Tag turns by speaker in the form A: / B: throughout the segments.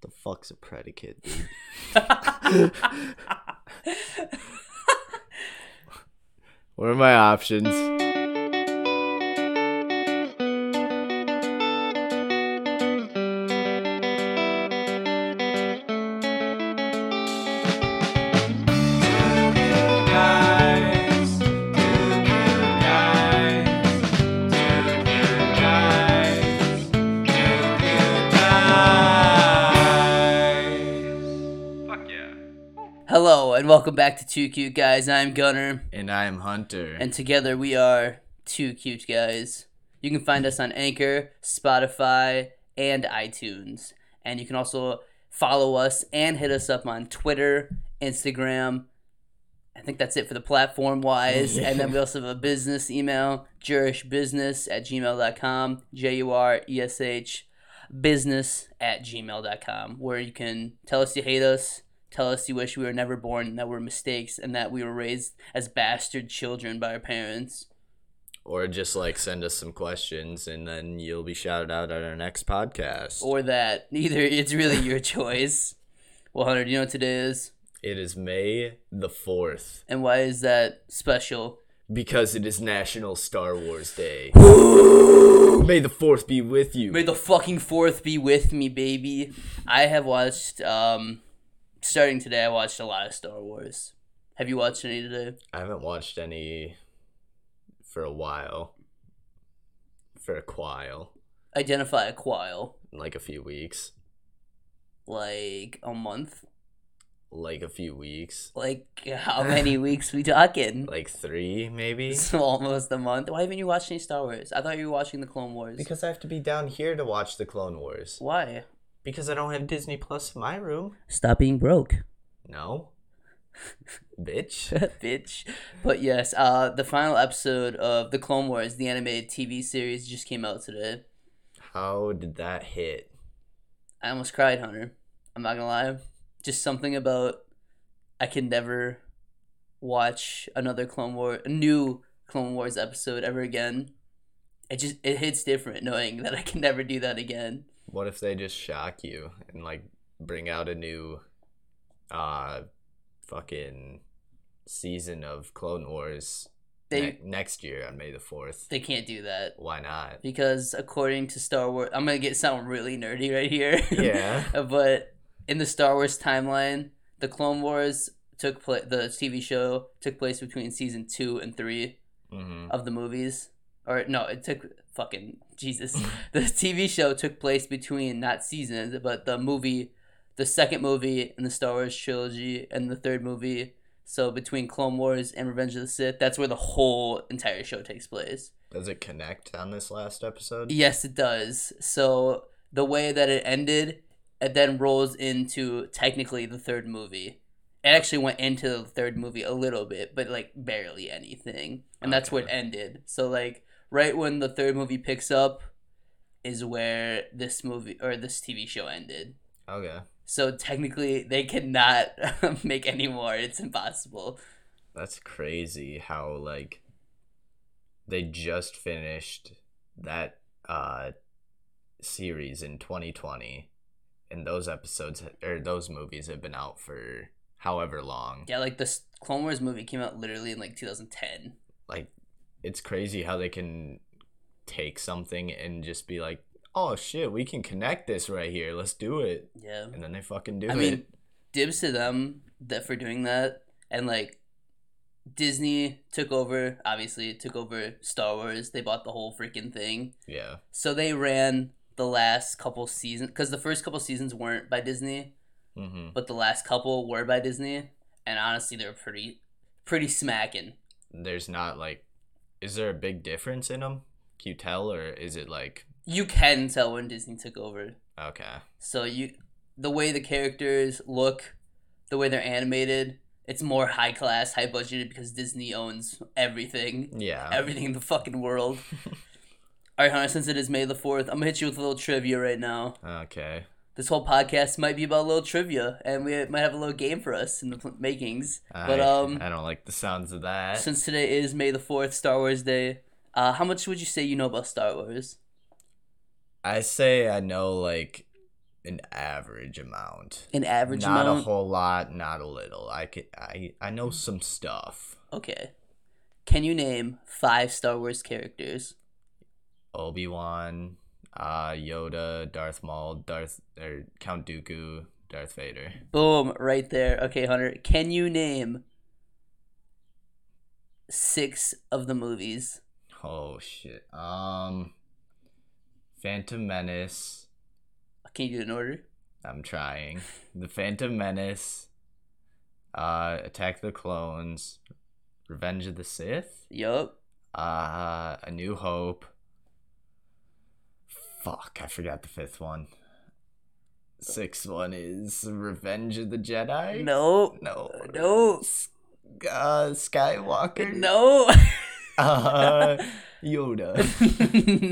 A: The fuck's a predicate, dude? What are my options?
B: Hello and welcome back to Two Cute Guys. I'm Gunner,
A: And I am Hunter.
B: and together we are Two Cute Guys. You can find us on Anchor, Spotify, and iTunes. And you can also follow us and hit us up on Twitter, Instagram. I think that's it for the platform wise. And then we also have a business email, jurishbusiness at gmail.com, J U R E S H business at gmail.com where you can tell us you hate us tell us you wish we were never born that we're mistakes and that we were raised as bastard children by our parents
A: or just like send us some questions and then you'll be shouted out at our next podcast.
B: or that either it's really your choice well hunter do you know what today is
A: it is May the 4th
B: and why is that special
A: because it is National Star Wars Day. May the 4th be with you.
B: may the fucking fourth be with me baby i have watched um starting today i watched a lot of star wars have you watched any today
A: I haven't watched any for a while. For a while.
B: identify a quile
A: Like a few weeks.
B: like a month
A: Like a few weeks.
B: like how many weeks we talking
A: Like three, maybe?
B: So almost a month. Why haven't you watched any Star Wars? I thought you were watching the Clone Wars.
A: Because I have to be down here to watch the Clone Wars.
B: why?
A: Because I don't have Disney Plus in my room.
B: Stop being broke,
A: No. Bitch.
B: bitch. But yes, uh, the final episode of the Clone Wars, the animated TV series, just came out today.
A: How did that hit?
B: I almost cried, Hunter. I'm not gonna lie. Just something about I can never watch another Clone War, a new Clone Wars episode ever again. It just it hits different knowing that I can never do that again.
A: What if they just shock you and like bring out a new uh fucking season of Clone Wars
B: They
A: ne- next year on May the 4th?
B: they can't do that.
A: Why not?
B: because according to Star Wars, I'm gonna get sound really nerdy right here.
A: Yeah.
B: but in the Star Wars timeline, the Clone Wars took place. The TV show took place between season two and three
A: hmm
B: of the movies. Or no, it took fucking Jesus. the TV show took place between not seasons, but the movie, the second movie in the Star Wars trilogy, and the third movie. So between Clone Wars and Revenge of the Sith, that's where the whole entire show takes place.
A: Does it connect on this last episode?
B: Yes, it does. So the way that it ended, it then rolls into technically the third movie. It actually went into the third movie a little bit, but like barely anything, and that's where it
A: Okay.
B: ended. So like right when the third movie picks up, is where this movie or this TV show ended.
A: Okay.
B: So technically, they cannot make any more. It's impossible.
A: That's crazy how like they just finished that uh series in 2020 and those episodes or those movies have been out for however long.
B: Yeah, like this Clone Wars movie came out literally in like 2010.
A: Like it's crazy how they can take something and just be like, "Oh shit, we can connect this right here. Let's do it."
B: Yeah.
A: And then they fucking do
B: I
A: it.
B: mean, dibs to them that for doing that, and like Disney took over. Obviously, took over Star Wars. They bought the whole freaking thing,
A: yeah.
B: so they ran the last couple seasons because the first couple seasons weren't by Disney,
A: Mhm.
B: but the last couple were by Disney, and honestly, they were pretty, pretty smacking.
A: There's not like is there a big difference in them? Can you tell or is it like
B: You can tell when Disney took over.
A: okay.
B: So you, the way the characters look, the way they're animated, it's more high class, high budgeted because Disney owns everything.
A: Yeah.
B: everything in the fucking world. All right, Hunter, since it is May the 4th, I'm going to hit you with a little trivia right now.
A: Okay.
B: This whole podcast might be about a little trivia, and we might have a little game for us in the pl- makings. But
A: I,
B: um,
A: I don't like the sounds of that.
B: since today is May the 4th, Star Wars Day, uh, how much would you say you know about Star Wars?
A: I say I know like an average amount.
B: An average
A: not
B: amount.
A: a whole lot, not a little. I could, I I know some stuff.
B: okay. Can you name five Star Wars characters?
A: Obi Wan, uh, Yoda, Darth Maul, Darth or Count Dooku, Darth Vader.
B: Boom, right there. Okay, Hunter. Can you name six of the movies?
A: Oh shit. Um, Phantom Menace.
B: Can you do it in order?
A: I'm trying. The Phantom Menace. Uh, Attack of the Clones. Revenge of the Sith.
B: Yup.
A: Uh, A New Hope. Fuck, I forgot the fifth one. Sixth one is Revenge of the Jedi.
B: No.
A: no,
B: No.
A: S- Uh, Skywalker.
B: No.
A: Uh, Yoda.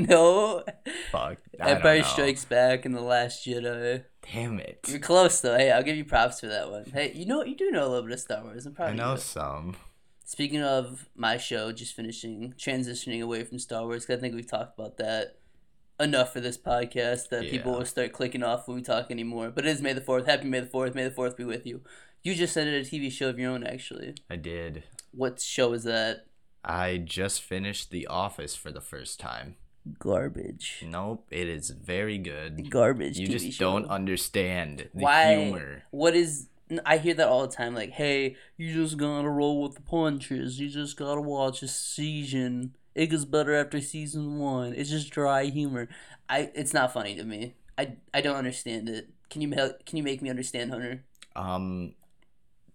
B: no.
A: Fuck. I don't
B: Empire
A: know.
B: Strikes Back and The Last Jedi.
A: Damn it.
B: You're close though. Hey, I'll give you props for that one. Hey, you know you do know a little bit of Star Wars. I'm proud
A: I
B: of
A: know
B: you.
A: some.
B: Speaking of my show, just finishing transitioning away from Star Wars, 'cause I think we've talked about that enough for this podcast that people
A: Yeah.
B: will start clicking off when we talk anymore. But it is May the Fourth. Happy May the Fourth. May the Fourth be with you. You just started a TV show of your own, actually.
A: I did.
B: What show is that?
A: I just finished The Office for the first time.
B: Garbage.
A: Nope, it is very good.
B: Garbage.
A: Mm. You
B: TV
A: just
B: show.
A: don't understand the
B: Why?
A: humor.
B: What is? I hear that all the time. Like, hey, you just gotta roll with the punches. You just gotta watch a season. It gets better after season one. It's just dry humor. I. It's not funny to me. I. I don't understand it. Can you ma- Can you make me understand, Hunter?
A: Um,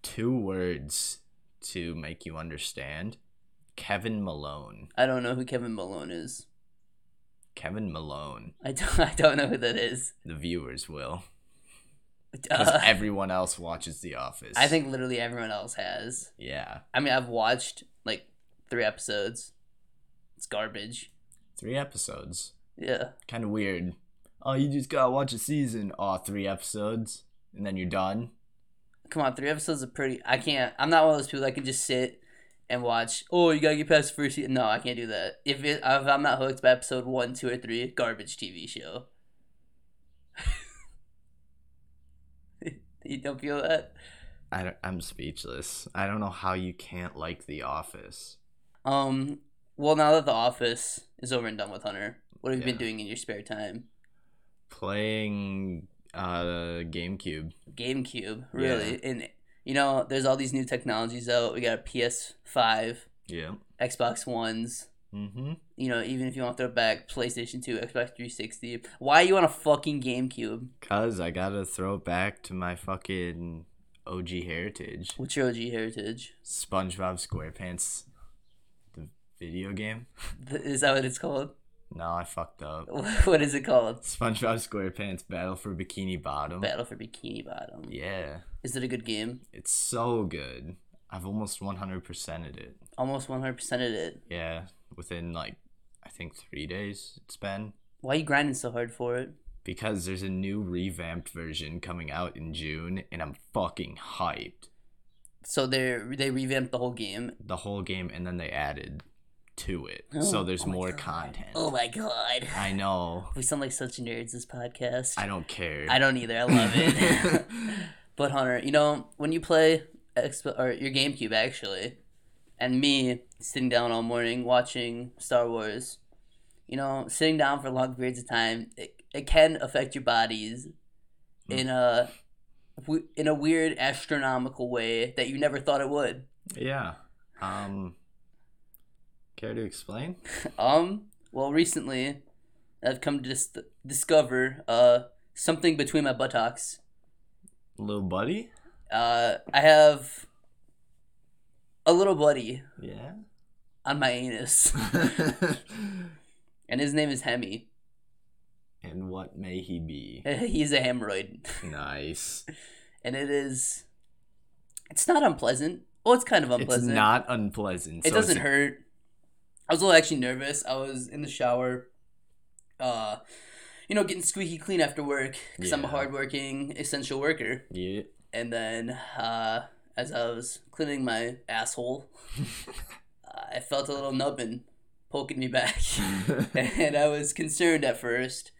A: two words to make you understand. Kevin Malone.
B: I don't know who Kevin Malone is.
A: Kevin Malone.
B: I don't. I don't know who that is.
A: The viewers will, because
B: Uh,
A: everyone else watches The Office.
B: I think literally everyone else has.
A: Yeah,
B: I mean, I've watched like three episodes. It's garbage.
A: three episodes.
B: Yeah.
A: Kind of weird. Oh, you just gotta watch a season. Oh, three episodes, and then you're done.
B: come on, three episodes are pretty. I can't. I'm not one of those people that can just sit and watch. Oh, you gotta get past the first season. No, I can't do that. If it, if I'm not hooked by episode one, two, or three, garbage TV show. you don't feel that?
A: I don't, I'm speechless. I don't know how you can't like The Office.
B: Um. Well, now that The Office is over and done with, Hunter, what have you been
A: Yeah.
B: doing in your spare time?
A: Playing uh GameCube.
B: GameCube, really? And you know, there's all these new technologies out. We got a PS5,
A: Yeah.
B: Xbox Ones.
A: Mm-hmm.
B: you know, even if you want to throw back PlayStation 2, Xbox 360, why you on a fucking GameCube?
A: Cause I gotta throw back to my fucking OG heritage.
B: What's your OG heritage?
A: SpongeBob SquarePants the video game?
B: Th- Is that what it's called?
A: No, I fucked up.
B: What is it called?
A: SpongeBob SquarePants Battle for Bikini Bottom.
B: Battle for Bikini Bottom.
A: Yeah.
B: Is it a good game?
A: It's so good. I've almost 100%ed it.
B: Almost 100% of it.
A: Yeah. Within like I think 3 days it's been.
B: Why you grinding so hard for it?
A: because there's a new revamped version coming out in June, and I'm fucking hyped.
B: So they they revamped the whole game.
A: The whole game, and then they added to it,
B: Oh,
A: so there's
B: oh my
A: more
B: God.
A: content.
B: Oh my god.
A: I know.
B: We sound like such nerds this podcast.
A: I don't care.
B: I don't either. I love it. But Hunter, you know when you play Expo or your GameCube actually, and me sitting down all morning watching Star Wars, you know sitting down for long periods of time, it, it can affect your bodies in a w- in a weird astronomical way that you never thought it would.
A: yeah. Um. Care to explain?
B: Um, well, recently I've come to dis- discover uh something between my buttocks.
A: Little buddy.
B: Uh, I have a little buddy
A: Yeah.
B: on my anus. and his name is Hemi.
A: and what may he be?
B: He's a hemorrhoid,
A: Nice.
B: and it is. It's not unpleasant. Well, it's kind of unpleasant.
A: It's not unpleasant.
B: It
A: so it's
B: doesn't hurt. I was a little actually nervous. I was in the shower, uh, you know, getting squeaky clean after work because I'm a
A: Yeah.
B: hardworking essential worker.
A: Yeah.
B: And then, uh, as I was cleaning my asshole, uh, I felt a little nubbin poking me back. and I was concerned at first.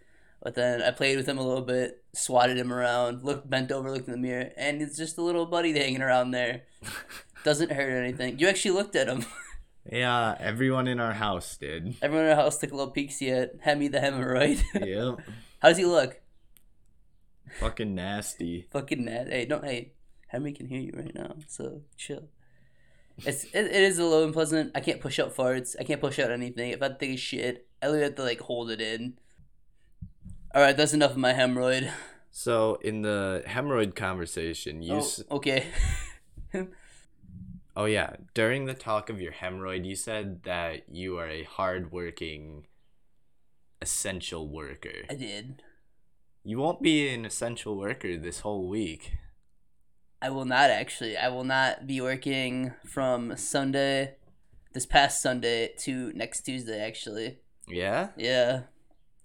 B: But then I played with him a little bit, swatted him around, looked bent over, looked in the mirror, and it's just a little buddy hanging around there. Doesn't hurt anything. You actually looked at him.
A: Yeah, everyone in our house did.
B: Everyone in our house took a little peeksy at Hemi the hemorrhoid.
A: yep.
B: How does he look?
A: Fucking nasty.
B: Fucking mad. Hey, don't hey. Hemi can hear you right now, so chill. It's it, it is a little unpleasant. I can't push out farts. I can't push out anything. If I take a shit, I literally have to like hold it in. All right, that's enough of my hemorrhoid.
A: So in the hemorrhoid conversation, you.
B: Oh,
A: s-
B: okay.
A: Oh yeah, during the talk of your hemorrhoid, you said that you are a hardworking, essential worker.
B: I did.
A: You won't be an essential worker this whole week.
B: I will not actually. I will not be working from Sunday, this past Sunday to next Tuesday. Actually,
A: Yeah.
B: yeah.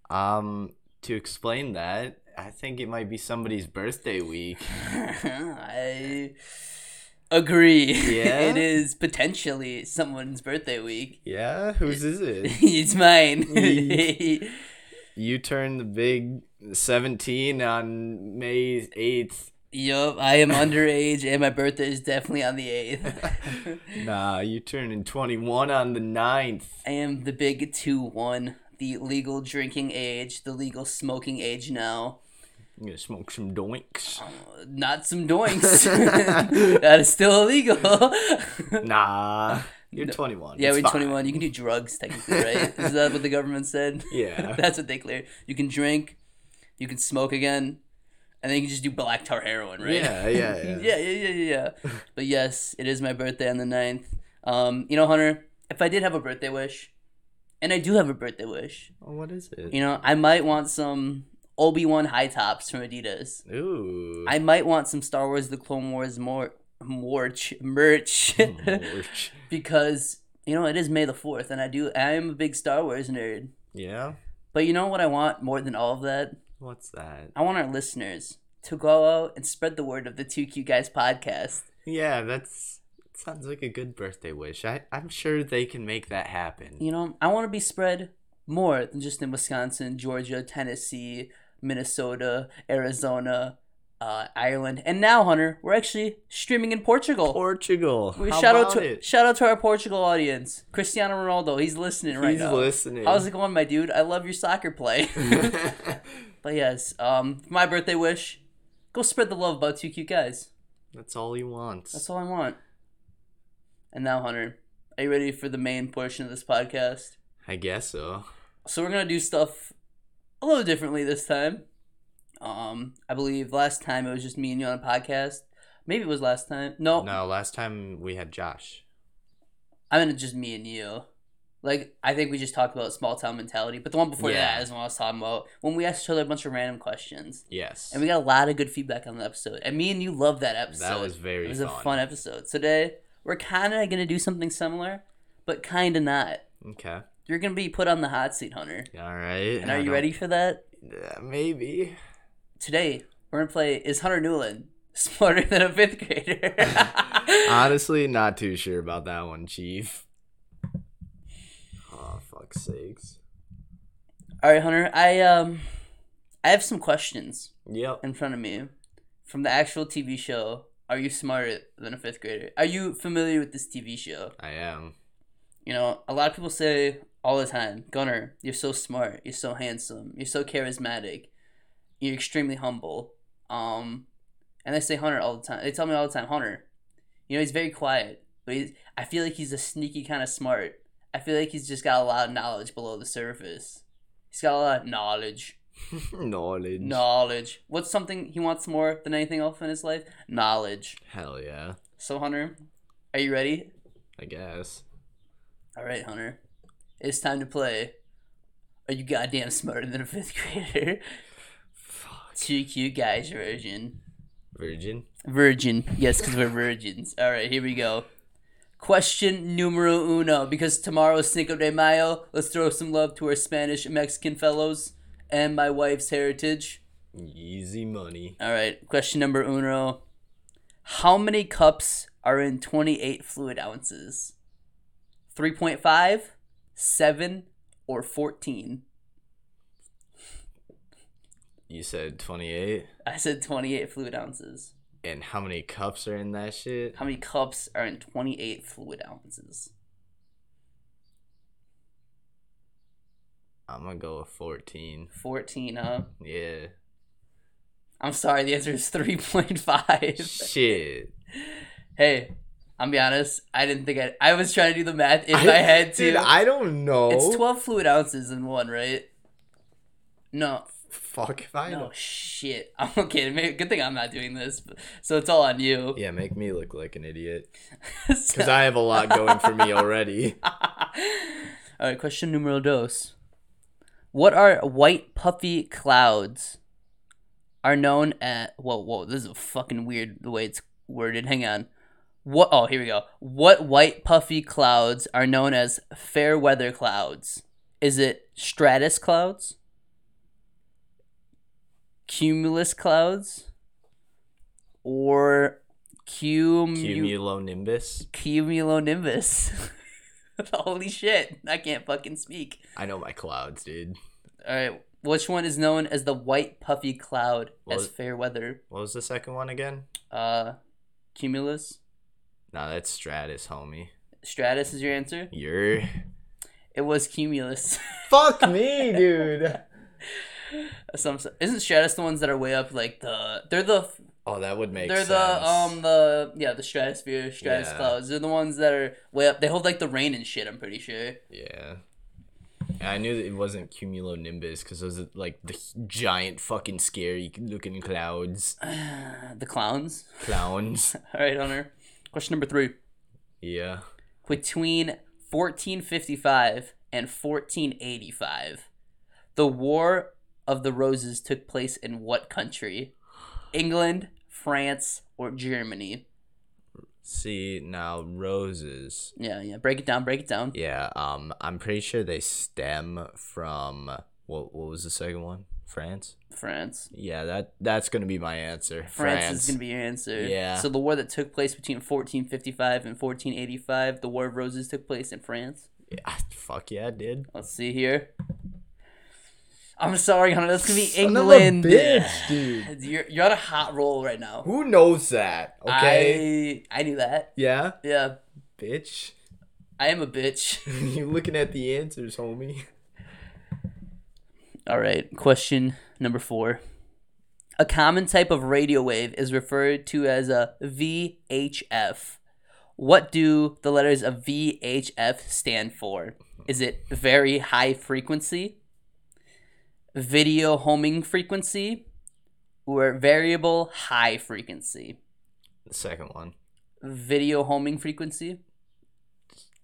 A: Um. To explain that, I think it might be somebody's birthday week.
B: I agree.
A: Yeah?
B: it is potentially someone's birthday week.
A: Yeah. Whose is it?
B: it's mine.
A: Ye- you turn the big seventeen on May eighth.
B: yup, I am underage and my birthday is definitely on the 8th.
A: Nah, you turn in twenty one on the 9th.
B: I am the big 2 1, the legal drinking age, the legal smoking age now.
A: I'm gonna smoke some doinks.
B: Not some doinks. that is still illegal.
A: Nah, you're 21.
B: yeah,
A: it's
B: we're
A: fine.
B: 21. You can do drugs, technically, right? is that what the government said?
A: Yeah.
B: That's what they clear. You can drink, you can smoke again, and then you can just do black tar heroin, right?
A: Yeah, yeah, yeah.
B: yeah, yeah, yeah, yeah, yeah. but yes, it is my birthday on the 9th. Um, you know, Hunter, if I did have a birthday wish, and I do have a birthday wish,
A: Oh, what is it?
B: you know, I might want some Obi Wan high tops from Adidas.
A: Ooh.
B: I might want some Star Wars: The Clone Wars more merch merch
A: Lorch.
B: because you know it is May the Fourth, and I do I am a big Star Wars nerd.
A: yeah?
B: But you know what I want more than all of that?
A: What's that?
B: I want our listeners to go out and spread the word of the Two Q Guys podcast.
A: Yeah, that's. Sounds like a good birthday wish. I, I'm sure they can make that happen.
B: You know, I want to be spread more than just in Wisconsin, Georgia, Tennessee, Minnesota, Arizona, uh, Ireland, and now Hunter, we're actually streaming in Portugal.
A: Portugal.
B: We
A: how
B: shout out
A: about
B: to
A: it?
B: shout out to our Portugal audience. Cristiano Ronaldo, he's listening right
A: He's
B: now.
A: listening.
B: How's it going, my dude? I love your soccer play. but yes, um, my birthday wish, go spread the love about two cute guys.
A: that's all he wants.
B: That's all I want. And now, Hunter, are you ready for the main portion of this podcast?
A: I guess so.
B: So we're gonna do stuff a little differently this time. Um, I believe last time it was just me and you on a podcast. Maybe it was last time. No,
A: No, last time we had Josh.
B: I mean, it's just me and you. Like, I think we just talked about small town mentality, but the one before
A: Yeah.
B: that is what I was talking about when we asked each other a bunch of random questions.
A: Yes.
B: And we got a lot of good feedback on the episode. And me and you loved that episode.
A: that was very
B: It was
A: fun.
B: a fun episode. Today, we're kind of going to do something similar, but kind of not.
A: Okay.
B: You're going to be put on the hot seat, Hunter.
A: All right.
B: And
A: I
B: are you
A: don't-
B: ready for that?
A: Yeah, maybe.
B: Today, we're going to play Is Hunter Newland Smarter Than a Fifth Grader?
A: Honestly, not too sure about that one, Chief. Oh, fuck's sakes.
B: All right, Hunter. I, um, I have some questions.
A: Yep.
B: in front of me from the actual TV show. Are you smarter than a fifth grader? Are you familiar with this TV show?
A: I am.
B: You know, a lot of people say all the time, Gunner, you're so smart, you're so handsome, you're so charismatic, you're extremely humble. Um, and they say Hunter all the time. They tell me all the time, Hunter. You know, he's very quiet, but he's, I feel like he's a sneaky kind of smart. I feel like he's just got a lot of knowledge below the surface. He's got a lot of knowledge.
A: Knowledge.
B: Knowledge. What's something he wants more than anything else in his life? Knowledge.
A: Hell yeah.
B: So, Hunter, are you ready?
A: I guess.
B: All right, Hunter. It's time to play. Are you goddamn smarter than a fifth grader?
A: Fuck.
B: Two cute guys version.
A: Virgin.
B: Virgin. Yes, because we're virgins. All right, here we go. Question numero uno. Because tomorrow's Cinco de Mayo, let's throw some love to our Spanish and Mexican fellows and my wife's heritage.
A: Easy money.
B: All right. Question number uno. How many cups are in 28 fluid ounces? 3.5, 7, or 14?
A: You said 28?
B: I said 28 fluid ounces.
A: And how many cups are in that shit?
B: How many cups are in 28 fluid ounces?
A: I'm gonna go with 14.
B: 14, huh?
A: Yeah.
B: I'm sorry, the answer is 3.5.
A: Shit.
B: hey, I'm be honest, I didn't think I I was trying to do the math in
A: I-
B: my head too.
A: Dude, I don't know.
B: It's 12 fluid ounces in one, right? No.
A: Fuck if I
B: no,
A: know.
B: shit. I'm okay. Maybe, good thing I'm not doing this. but- so it's all on you.
A: Yeah, make me look like an idiot.
B: So-
A: Because I have a lot going for me already.
B: All right, question numero dos. What are white puffy clouds are known at whoa whoa this is a fucking weird the way it's worded. Hang on. What oh here we go. What white puffy clouds are known as fair weather clouds? Is it stratus clouds? Cumulus clouds? Or cum-
A: Cumulonimbus.
B: cumulonimbus. Holy shit, I can't fucking speak.
A: I know my clouds, dude.
B: All right, which one is known as the white puffy cloud as
A: Well-
B: fair weather?
A: What was the second one again?
B: Uh, cumulus.
A: Nah, that's Stratus, homie.
B: Stratus is your answer.
A: You're.
B: It was cumulus.
A: Fuck me, dude.
B: Some isn't stratus the ones that are way up like the they're the
A: Oh, that would make
B: they're
A: sense.
B: the um the yeah the stratosphere stratus
A: Yeah.
B: clouds they're the ones that are way up they hold like the rain and shit I'm pretty sure
A: Yeah. I knew that it wasn't cumulonimbus because those are like the giant fucking scary looking clouds.
B: the clowns.
A: Clowns.
B: All right, Hunter. Question number three.
A: yeah.
B: between 1455 and 1485. The War of the Roses took place in what country? England, France, or Germany?
A: See, now roses.
B: Yeah, yeah. Break it down, break it down.
A: Yeah, um, I'm pretty sure they stem from what? What was the second one? France.
B: France.
A: Yeah, that that's gonna be my answer.
B: France, is going to be your answer.
A: Yeah.
B: So the war that took place between 1455 and 1485, the War of Roses took place in France.
A: Yeah, fuck yeah, it did.
B: Let's see here. I'm sorry, Hunter. That's going to be
A: Son of a
B: England.
A: bitch, dude.
B: You're, you're on a hot roll right now.
A: Who knows that? Okay.
B: I I knew that.
A: Yeah,
B: Yeah,
A: bitch.
B: I am a bitch.
A: you looking at the answers, homie.
B: All right, question number 4. A common type of radio wave is referred to as a VHF. What do the letters of VHF stand for? Is it very high frequency, video homing frequency, or variable high frequency?
A: The second one.
B: Video homing frequency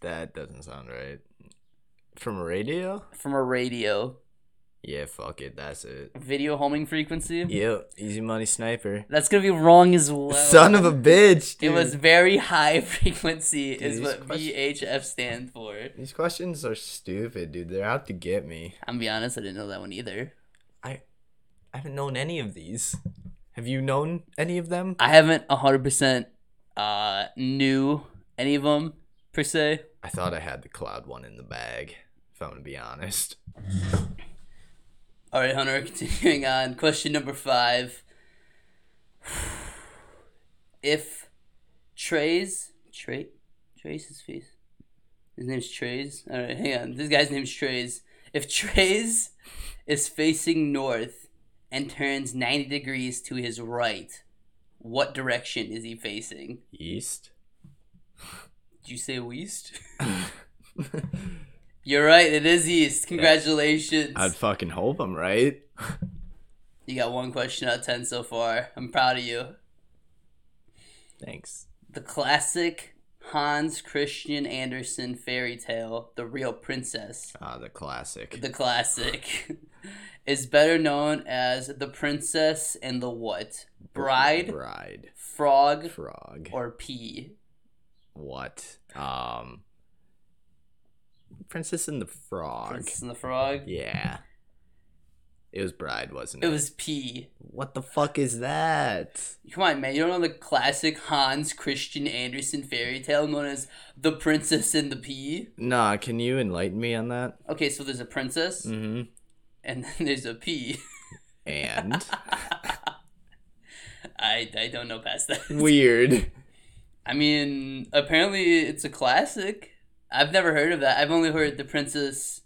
A: That doesn't sound right. From a radio?
B: from a radio.
A: Yeah, fuck it. That's it.
B: Video homing frequency?
A: Yep. Easy money sniper.
B: That's gonna be wrong as well.
A: Son of a bitch.
B: It
A: Dude.
B: was very high frequency,
A: Dude,
B: is
A: these
B: what
A: questions-
B: VHF stands for.
A: These questions are stupid, dude. They're out to get me.
B: I'm gonna be honest, I didn't know that one either.
A: I, I haven't known any of these. Have you known any of them?
B: I haven't 100% uh, knew any of them, per se.
A: I thought I had the cloud one in the bag. If I'm gonna be honest.
B: All right, Hunter, continuing on. Question number five. If Trey's. Trey? Trey's his face. His name's Trey's? All right, hang on. This guy's name's Trey's. If Trey's is facing north and turns 90 degrees to his right, what direction is he facing?
A: East.
B: Did you say west? You're right, it is east. Congratulations.
A: I'd fucking hope I'm right.
B: You got one question out of 10 so far. I'm proud of you.
A: Thanks.
B: the classic Hans Christian Andersen fairy tale, The Real Princess,
A: Ah, the classic.
B: the classic, is better known as The Princess and the What? Bride,
A: Bride.
B: Frog,
A: Frog.
B: or Pea?
A: what? Um. Princess and the Frog.
B: Princess and the Frog?
A: Yeah. It was Bride, wasn't
B: It
A: it?
B: was Pea.
A: What the fuck is that?
B: Come on, man. You don't know the classic Hans Christian Andersen fairy tale known as The Princess and the Pea?
A: Nah, can you enlighten me on that? Mm.
B: Okay, so there's a princess
A: Mm-hmm.
B: and then there's a pea.
A: and
B: I, I don't know past that.
A: weird.
B: I mean, apparently it's a classic. I've never heard of that. I've only heard The Princess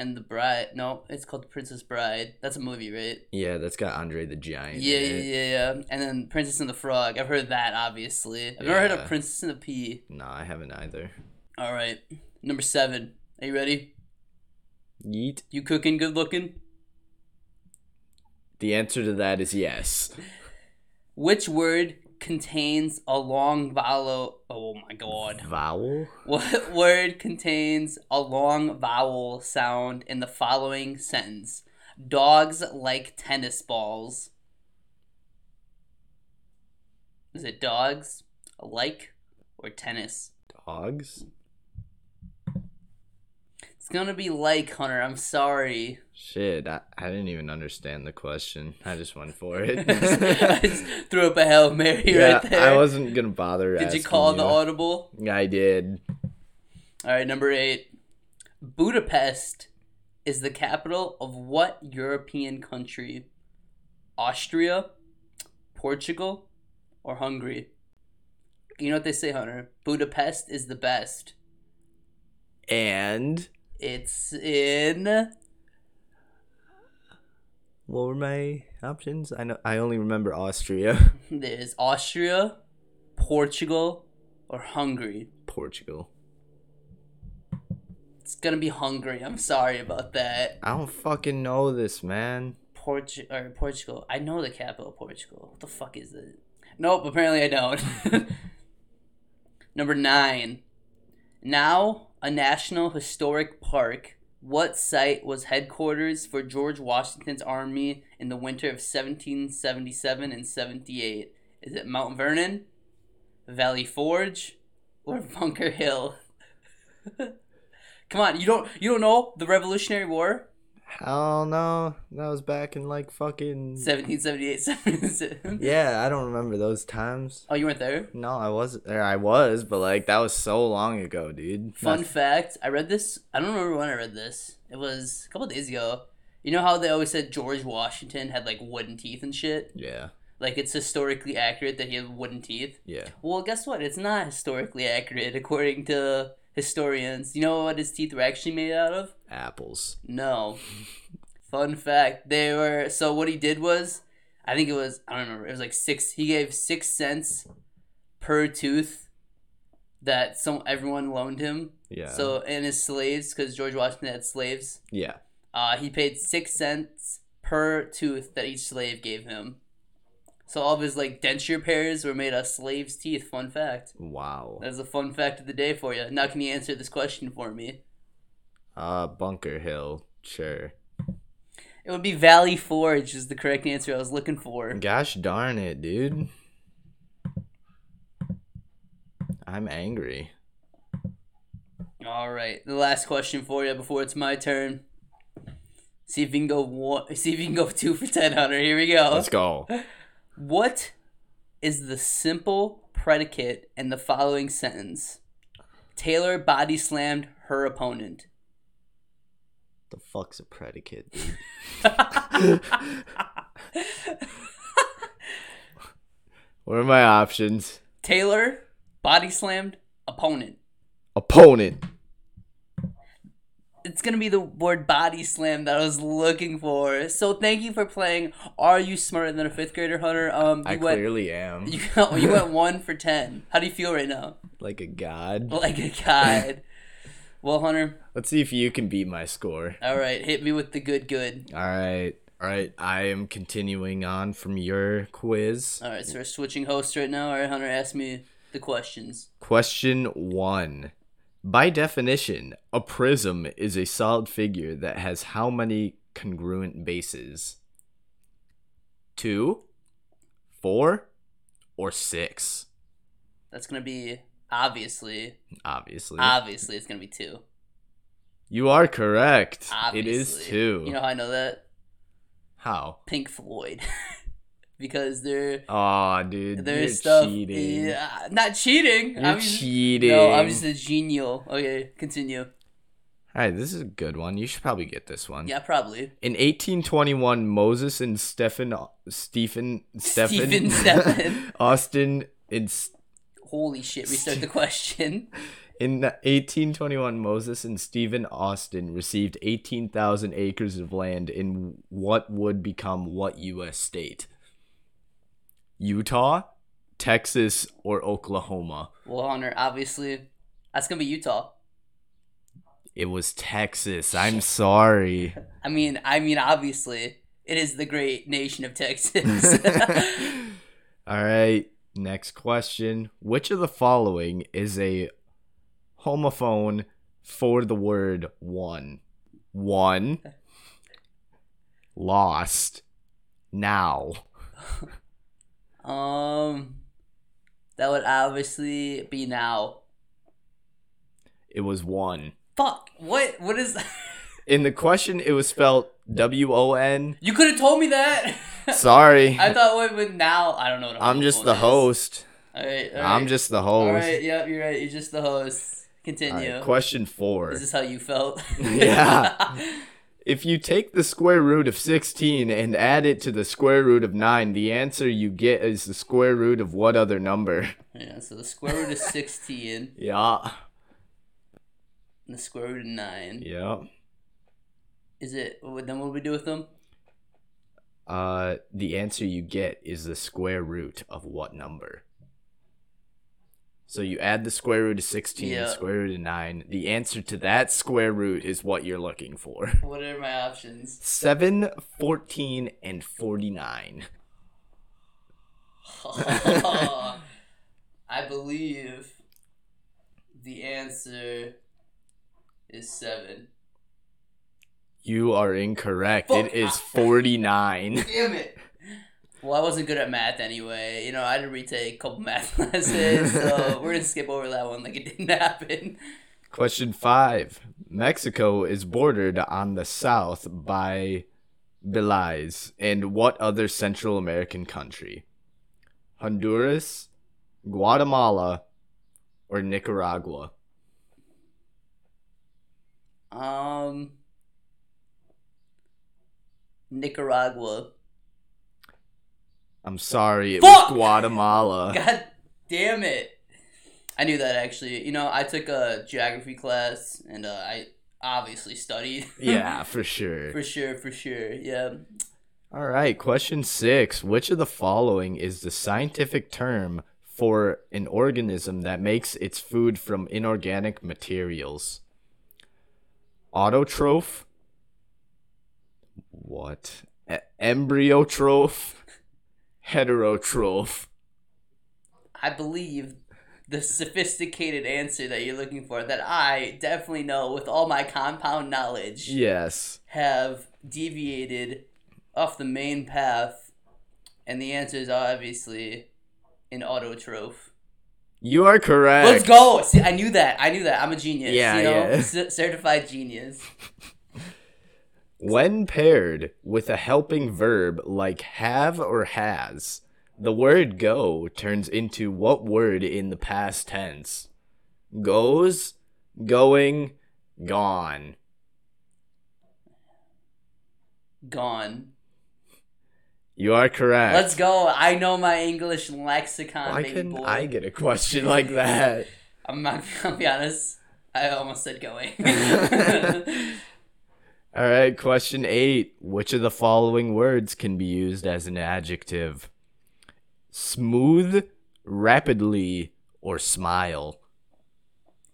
B: and the Bride. No, it's called The Princess Bride. That's a movie, right?
A: Yeah, that's got Andre the Giant.
B: Yeah,
A: in
B: yeah,
A: it.
B: yeah, yeah. And then Princess and the Frog. I've heard that, obviously. I've never heard of
A: Yeah.
B: Princess and the Pea.
A: No, I haven't either.
B: All right. Number seven. Are you ready?
A: Yeet.
B: You cooking, good looking?
A: The answer to that is yes.
B: Which word contains a long vowel? Oh my god.
A: Vowel?
B: What word contains a long vowel sound in the following sentence? Dogs like tennis balls. Is it dogs, like, or tennis?
A: Dogs?
B: It's gonna be like, Hunter. I'm sorry.
A: Shit, I, I didn't even understand the question. I just went for
B: I
A: it.
B: just threw up a Hail Mary
A: yeah,
B: right there.
A: I wasn't gonna bother.
B: Did you
A: asking
B: call the audible?
A: I did.
B: All right, number eight. Budapest is the capital of what European country? Austria, Portugal, or Hungary? You know what they say, Hunter? Budapest is the best.
A: And
B: It's in.
A: what were my options? I know I only remember Austria,
B: There's Austria, Portugal, or Hungary.
A: Portugal.
B: It's gonna be Hungary. I'm sorry about that.
A: I don't fucking know this, man.
B: Port or Portugal. I know the capital of Portugal. What the fuck is it? Nope, apparently I don't. Number nine. Now a national historic park. What site was headquarters for George Washington's army in the winter of 1777 and 78? Is it Mount Vernon, Valley Forge, or Bunker Hill? Come on, you don't you don't know the Revolutionary War?
A: Hell no, that was back in like fucking.
B: 1778, 77.
A: Yeah, I don't remember those times.
B: Oh, you weren't there?
A: No, I wasn't. Or I was, but like that was so long ago, dude.
B: Fun
A: Not-
B: fact I read this. I don't remember when I read this. It was a couple days ago. You know how they always said George Washington had like wooden teeth and shit?
A: yeah,
B: Like it's historically accurate that he had wooden teeth?
A: yeah.
B: Well, guess what? It's not historically accurate according to historians. You know what his teeth were actually made out of?
A: Apples.
B: No. Fun fact. They were so what he did was I think it was I don't remember. It was like six he gave six cents per tooth that some everyone loaned him.
A: Yeah.
B: So and his slaves, because George Washington had slaves,
A: yeah,
B: uh, he paid six cents per tooth that each slave gave him. So all of his like denture pairs were made of slaves' teeth. Fun fact.
A: wow.
B: That's a fun fact of the day for you. Now can you answer this question for me?
A: Uh, Bunker Hill. Sure.
B: It would be Valley Forge is the correct answer I was looking for.
A: Gosh darn it, dude. I'm angry.
B: All right, the last question for you before it's my turn. See if you can go one. See if you can go two for ten hundred. Here we go.
A: Let's go.
B: What is the simple predicate in the following sentence? Taylor body slammed her opponent.
A: the fuck's a predicate, dude? what are my options?
B: Taylor body slammed opponent.
A: Opponent.
B: It's gonna be the word body slam that I was looking for. So thank you for playing. Are you smarter than a fifth grader, Hunter? Um, you
A: I
B: went
A: clearly am.
B: you, got, you went one for ten. How do you feel right now?
A: like a god.
B: Like a god. well, Hunter.
A: Let's see if you can beat my score.
B: All right, hit me with the good, good.
A: All right. All right. I am continuing on from your quiz.
B: All right, so we're switching hosts right now. All right, Hunter, ask me the questions.
A: Question one. By definition, a prism is a solid figure that has how many congruent bases? Two, four, or six?
B: That's gonna be obviously,
A: Obviously.
B: obviously, it's gonna be two.
A: you are correct.
B: Obviously,
A: It is two.
B: You know how I know that?
A: how?
B: Pink Floyd, because they're
A: Aw, dude.
B: their
A: you're
B: stuff.
A: cheating.
B: Yeah, not cheating.
A: You're
B: I'm just,
A: cheating.
B: no, I'm just a genial. Okay, continue.
A: All right, this is a good one. You should probably get this one.
B: Yeah, probably.
A: In 1821, Moses and Stephen, Stephen, Stephen,
B: Stephen Stephen.
A: Austin, it's
B: Holy shit, restart the question.
A: in 1821, Moses and Stephen Austin received 18,000 acres of land in what would become what U.S. state? Utah, Texas, or Oklahoma?
B: Well, Hunter, obviously, that's gonna be Utah.
A: It was Texas. I'm sorry.
B: I mean, I mean, obviously, it is the great nation of Texas.
A: All right. Next question. Which of the following is a homophone for the word one? One, lost, now.
B: um, that would obviously be now.
A: It was one.
B: Fuck. What? What is?
A: In the question, it was spelled W O N.
B: You could have told me that.
A: Sorry.
B: I thought what with now. I don't know. What
A: I'm just
B: doing
A: the
B: is.
A: host.
B: All right. all
A: I'm
B: right.
A: just the
B: All
A: host.
B: right. Yep. You're right. You're just the host.
A: All
B: Continue.
A: right, question four.
B: Is this how you felt?
A: Yeah. If you take the square root of 16 and add it to the square root of 9, the answer you get is the square root of what other number?
B: yeah. So the square root of sixteen
A: Yeah.
B: and the square root of nine.
A: Yeah.
B: Is it? what- Then what do we do with them?
A: Uh, the answer you get is the square root of what number? So you add the square root of 16
B: Yeah.
A: and square root of 9. The answer to that square root is what you're looking for.
B: What are my options?
A: 7, 14, and 49.
B: I believe the answer is seven.
A: You are incorrect.
B: Fuck.
A: It is 49.
B: Damn it. Well, I wasn't good at math anyway. You know, I had to retake a couple math classes, so we're gonna skip over that one like it didn't happen.
A: Question five. Mexico is bordered on the south by Belize and what other Central American country? Honduras, Guatemala, or Nicaragua?
B: Um, Nicaragua.
A: I'm sorry, it
B: Fuck!
A: was Guatemala.
B: God damn it! I knew that actually. You know, I took a geography class, and uh, I obviously studied.
A: Yeah, for sure.
B: For sure, for sure. Yeah.
A: All right, question six. Which of the following is the scientific term for an organism that makes its food from inorganic materials? Autotroph? What? E- embryotroph? Heterotroph?
B: I believe the sophisticated answer that you're looking for that I definitely know with all my compound knowledge
A: Yes.
B: have deviated off the main path and the answer is obviously an autotroph.
A: You are correct.
B: Let's go. See, I knew that. I knew that. I'm a genius.
A: Yeah,
B: you know?
A: yeah.
B: C- certified genius.
A: When paired with a helping verb like have or has, the word go turns into what word in the past tense? Goes, going, gone.
B: Gone.
A: You are correct.
B: Let's go. I know my English lexicon.
A: Why
B: baby
A: couldn't
B: boy.
A: I get a question like that?
B: I'm not gonna be honest. I almost said going.
A: All right, question eight. Which of the following words can be used as an adjective? Smooth, rapidly, or smile?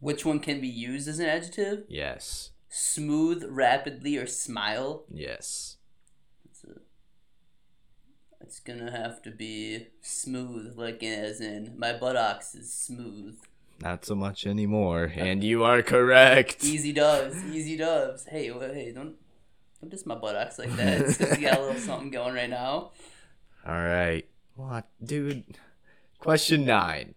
B: Which one can be used as an adjective?
A: Yes.
B: Smooth, rapidly, or smile?
A: Yes.
B: It's gonna have to be smooth, like as in my buttocks is smooth.
A: Not so much anymore.
B: Uh,
A: And you are correct.
B: Easy doves, easy doves. Hey, wha- hey, don't don't diss my buttocks like that. It's 'cause you got a little something going right now.
A: All right. What, dude? Question nine.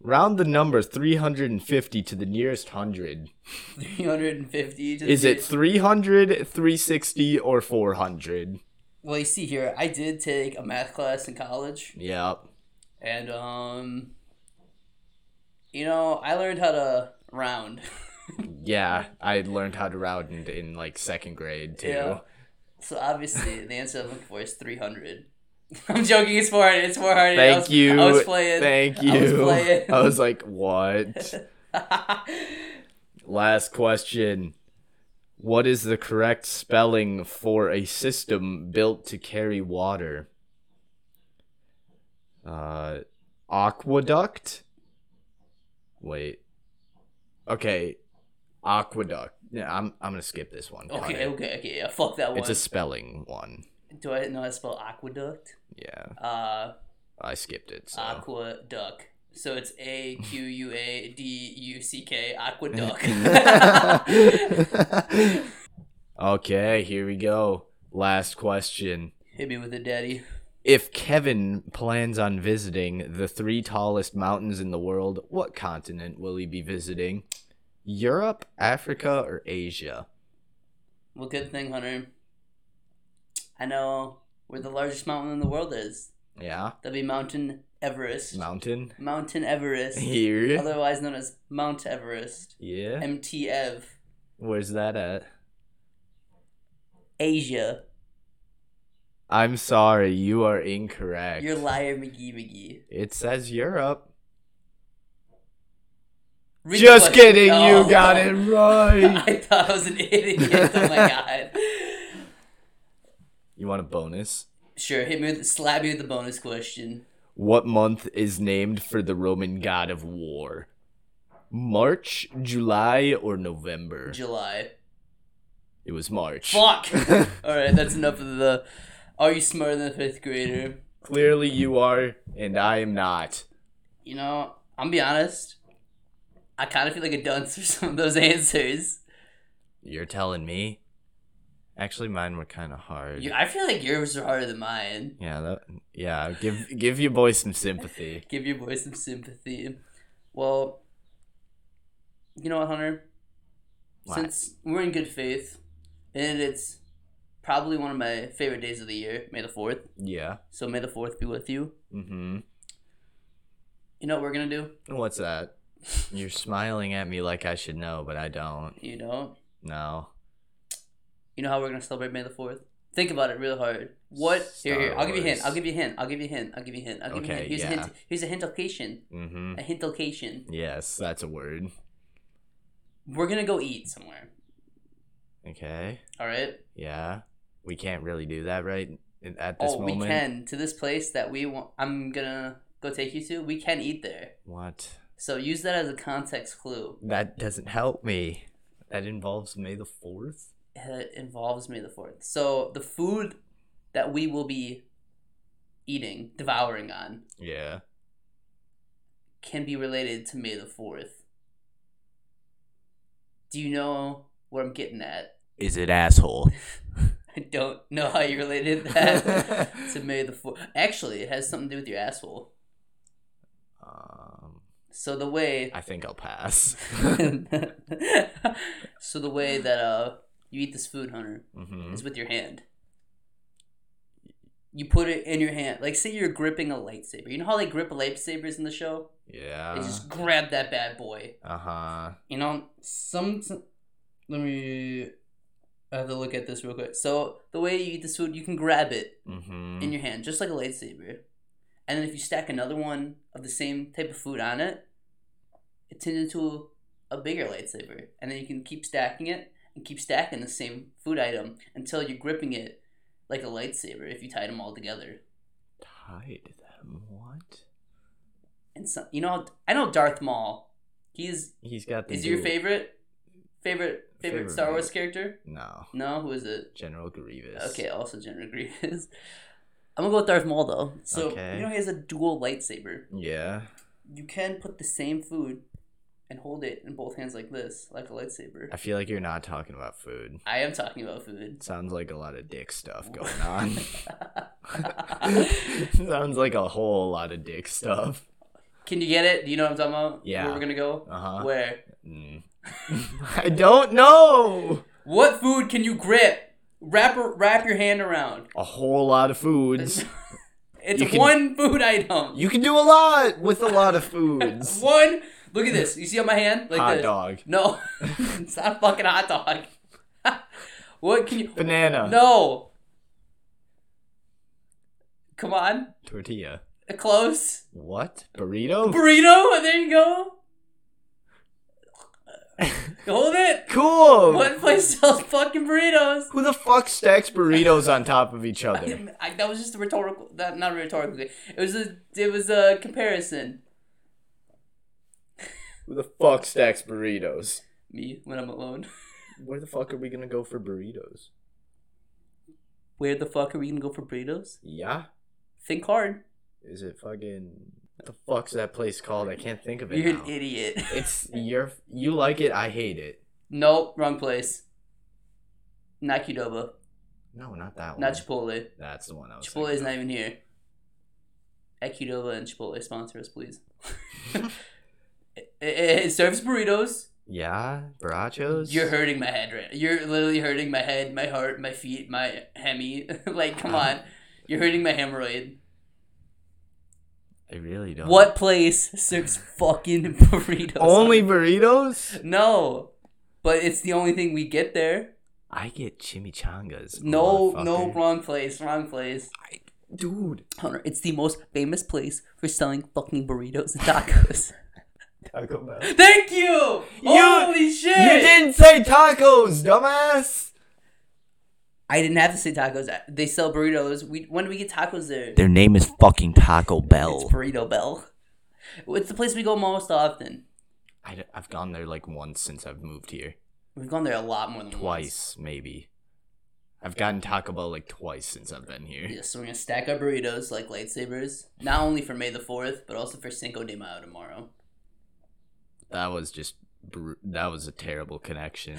A: Round the number 350 to the nearest hundred.
B: 350. just
A: Is it
B: be-
A: 300, 360, or 400?
B: Well, you see here, I did take a math class in college.
A: Yep.
B: And um you know, I learned how to round.
A: Yeah, I learned how to round in, in like second grade too.
B: Yeah. So obviously, the answer I'm looking for is 300. I'm joking. It's 400. It's 400. I
A: Thank
B: was-
A: you.
B: I was playing.
A: Thank you.
B: I was playing.
A: I was like, what? Last question. What is the correct spelling for a system built to carry water? Uh, aqueduct? Wait. Okay. Aqueduct. Yeah, I'm, I'm going to skip this one. Cut
B: okay,
A: it.
B: okay, okay. Yeah, fuck that one.
A: It's a spelling one.
B: Do I know how to spell aqueduct?
A: Yeah.
B: Uh,
A: I skipped it. So.
B: aqua duck. So it's A Q U A D U C K aqueduct.
A: okay, here we go. Last question.
B: Hit me with it, daddy.
A: If Kevin plans on visiting the three tallest mountains in the world, what continent will he be visiting? Europe, Africa, or Asia?
B: Well, good thing, Hunter. I know where the largest mountain in the world is.
A: Yeah.
B: That'd be Mountain Everest.
A: Mountain.
B: Mountain Everest,
A: Here.
B: otherwise known as Mount Everest.
A: Yeah.
B: MT Ev.
A: Where's that at?
B: Asia.
A: I'm sorry, you are incorrect.
B: You're liar, McGee McGee.
A: It says Europe.
B: Read the
A: Just
B: question.
A: kidding,
B: Oh.
A: you got it right.
B: I thought I was an idiot. Oh my god.
A: You want a bonus?
B: Sure, hit me with slap me with the bonus question.
A: What month is named for the Roman god of war? March, July, or November?
B: July.
A: It was March.
B: Fuck. All right, that's enough of the. Are you smarter than a fifth grader?
A: Clearly you are, and I am not.
B: You know, I'm gonna be honest. I kind of feel like a dunce for some of those answers.
A: You're telling me? Actually, mine were kind of hard.
B: You, I feel like yours are harder than mine.
A: yeah, that, yeah. Give give your boy some sympathy.
B: Give your boy some sympathy. Well, you know what, Hunter?
A: What?
B: Since we're in good faith, and it's probably one of my favorite days of the year, May the 4th.
A: Yeah.
B: So May the 4th be with you.
A: Mm-hmm.
B: You know what we're going to do?
A: What's that? You're smiling at me like I should know, but I don't.
B: You know?
A: No.
B: You know how we're going to celebrate May the 4th? Think about it real hard. What? here,
A: Star
B: here. I'll give you a hint.
A: Wars.
B: I'll give you a hint. I'll give you a hint. I'll give you a hint. I'll give you a
A: Okay,
B: hint. Here's a
A: yeah.
B: hint. Here's a hint location.
A: Mm-hmm.
B: A hint location.
A: Yes, that's a word.
B: We're going to go eat somewhere.
A: Okay.
B: All right?
A: Yeah, we can't really do that right at- at this
B: oh,
A: moment.
B: we can to this place that we want. I'm gonna go take you to. We can eat there.
A: What?
B: So use that as a context clue.
A: That doesn't help me. That involves May the fourth.
B: It involves May the Fourth. So the food that we will be eating, devouring on,
A: Yeah.
B: can be related to May the Fourth. Do you know what I'm getting at?
A: Is it asshole?
B: I don't know how you related that to May the Fourth. Actually, it has something to do with your asshole.
A: um,
B: So the way
A: I think I'll pass.
B: so the way that uh you eat this food, Hunter,
A: hmm
B: is with your hand. You put it in your hand. Like say you're gripping a lightsaber. You know how they grip lightsabers in the show?
A: Yeah.
B: They just grab that bad boy.
A: Uh huh.
B: You know, some let me I have to look at this real quick. So the way you eat this food, you can grab it
A: Mm-hmm.
B: in your hand, just like a lightsaber. And then if you stack another one of the same type of food on it, it turns into a bigger lightsaber. And then you can keep stacking it and keep stacking the same food item until you're gripping it like a lightsaber if you tied them all together.
A: Tied them. What?
B: And so, you know, I know Darth Maul. He's
A: He's got the.
B: is he your
A: dual-
B: favorite favorite favorite,
A: Favorite
B: Star Wars
A: favorite.
B: character?
A: No.
B: No, who is it?
A: General Grievous.
B: Okay, also General Grievous. I'm gonna go with Darth Maul though. So
A: Okay.
B: you know he has a dual lightsaber.
A: Yeah.
B: you can put the same food and hold it in both hands like this, like a lightsaber.
A: I feel like you're not talking about food.
B: I am talking about food.
A: Sounds like a lot of dick stuff going on. Sounds like a whole lot of dick stuff.
B: can you get it? Do you know what I'm talking about?
A: Yeah.
B: Where we're gonna go?
A: Uh huh.
B: Where?
A: I don't know.
B: What food can you grip? Wrap or, wrap your hand around.
A: A whole lot of foods.
B: It's
A: You can-
B: one food item.
A: You can do a lot with a lot of foods.
B: One Look at this. You see on my hand? Like
A: Hot
B: this.
A: dog.
B: No, it's not a fucking hot dog. what can you?
A: Banana.
B: No. Come on,
A: Tortilla.
B: close
A: What? Burrito?
B: burrito. There you go. Hold it.
A: cool!
B: One place sells fucking burritos.
A: Who the fuck stacks burritos on top of each other?
B: I, that was just a rhetorical. That not rhetorical. It was a. It was a comparison.
A: Who the fuck stacks burritos?
B: Me when I'm alone.
A: Where the fuck are we gonna go for burritos?
B: Where the fuck are we gonna go for burritos?
A: Yeah?
B: Think hard.
A: Is it fucking. What the fuck's that place called? I can't think of it.
B: You're
A: now.
B: an idiot.
A: It's your. You like it, I hate it.
B: nope, wrong place. Not Qdoba.
A: No, not that one.
B: Not Chipotle.
A: That's the one I was
B: Chipotle is
A: thinking
B: not even here. At Qdoba and Chipotle sponsor us, please. it, it, it serves burritos.
A: of. Yeah? Barachos?
B: You're hurting my head right. You're literally hurting my head, my heart, my feet, my hemi. like, come on, you're hurting my hemorrhoid.
A: I really don't.
B: What place serves fucking burritos?
A: Only burritos?
B: no, but it's the only thing we get there.
A: I get chimichangas.
B: No, no,
A: motherfucker.
B: wrong place, wrong place.
A: Dude.
B: Hunter, it's the most famous place for selling fucking burritos and tacos.
A: Taco Bell.
B: Thank you.
A: You-
B: Holy shit!
A: You didn't say tacos, dumbass!
B: I didn't have to say tacos. They sell burritos. We when do we get tacos there?
A: Their name is fucking Taco
B: It's Burrito Bell. It's the place we go most often.
A: I, have gone there like once since I've moved here.
B: We've gone there a lot more than once.
A: Twice, maybe. I've gotten Taco Bell like twice since I've been here.
B: Yeah, so we're gonna stack our burritos like lightsabers, not only for May the Fourth, but also for Cinco de Mayo tomorrow.
A: That was just. Br- that was a terrible connection.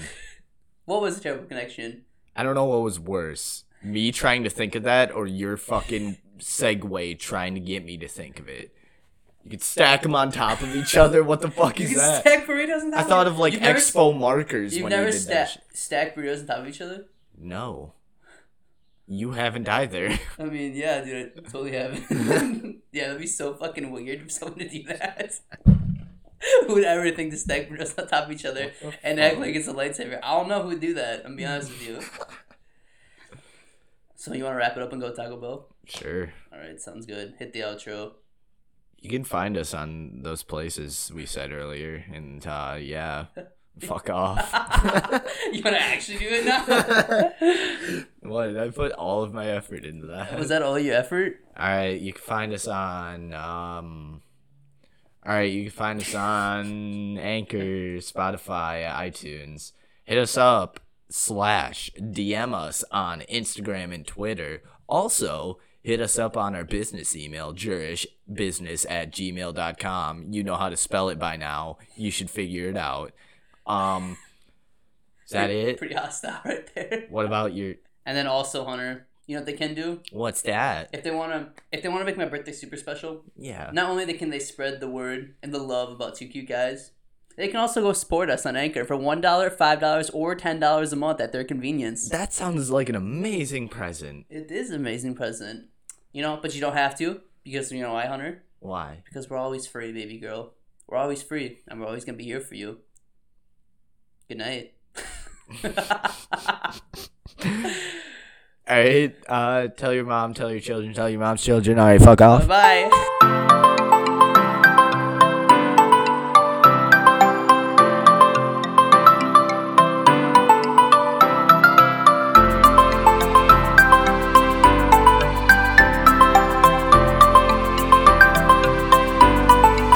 B: What was the terrible connection?
A: I don't know what was worse. Me trying to think of that or your fucking segue trying to get me to think of it. You could stack them on top of each other. What the fuck
B: You
A: is
B: can
A: that?
B: stack burritos on top.
A: I thought of like
B: You've never-
A: expo markers
B: You've
A: when you
B: never
A: did that.
B: sta-
A: shit.
B: stacked burritos on top of each other.
A: No. You haven't either.
B: I mean, yeah, dude, I totally haven't. yeah, that'd be so fucking weird for someone to do that. who would ever think to stack burritos on top of each other
A: What the
B: and act
A: fuck?
B: like it's a lightsaber? I don't know who would do that. I'm be honest with you. So you want to wrap it up and go Taco Bell?
A: Sure.
B: All right, sounds good. Hit the outro.
A: You can find us on those places we said earlier. And uh, yeah, fuck off.
B: you want to actually do it now?
A: what? I put all of my effort into that.
B: Was that all your effort?
A: All right, you can find us on. Um, all right, you can find us on Anchor, Spotify, iTunes. Hit us up slash DM us on Instagram and Twitter. Also, hit us up on our business email, jurishbusiness at gmail.com. You know how to spell it by now. You should figure it out. Um, is that
B: Pretty-
A: it?
B: Pretty hostile right there.
A: What about your.
B: And then also, Hunter, you know what they can do
A: What's that?
B: if they want to if they want to make my birthday super special.
A: Yeah.
B: Not only they can they spread the word and the love about two cute guys, they can also go support us on Anchor for one dollar, five dollars, or ten dollars a month at their convenience.
A: That sounds like an amazing present.
B: It is an amazing present, you know. But you don't have to because you know why, Hunter?
A: Why?
B: Because we're always free, baby girl. We're always free, and we're always gonna be here for you. Good night.
A: All right. Uh, tell your mom, tell your children, tell your mom's children. All right, fuck off.
B: Bye bye.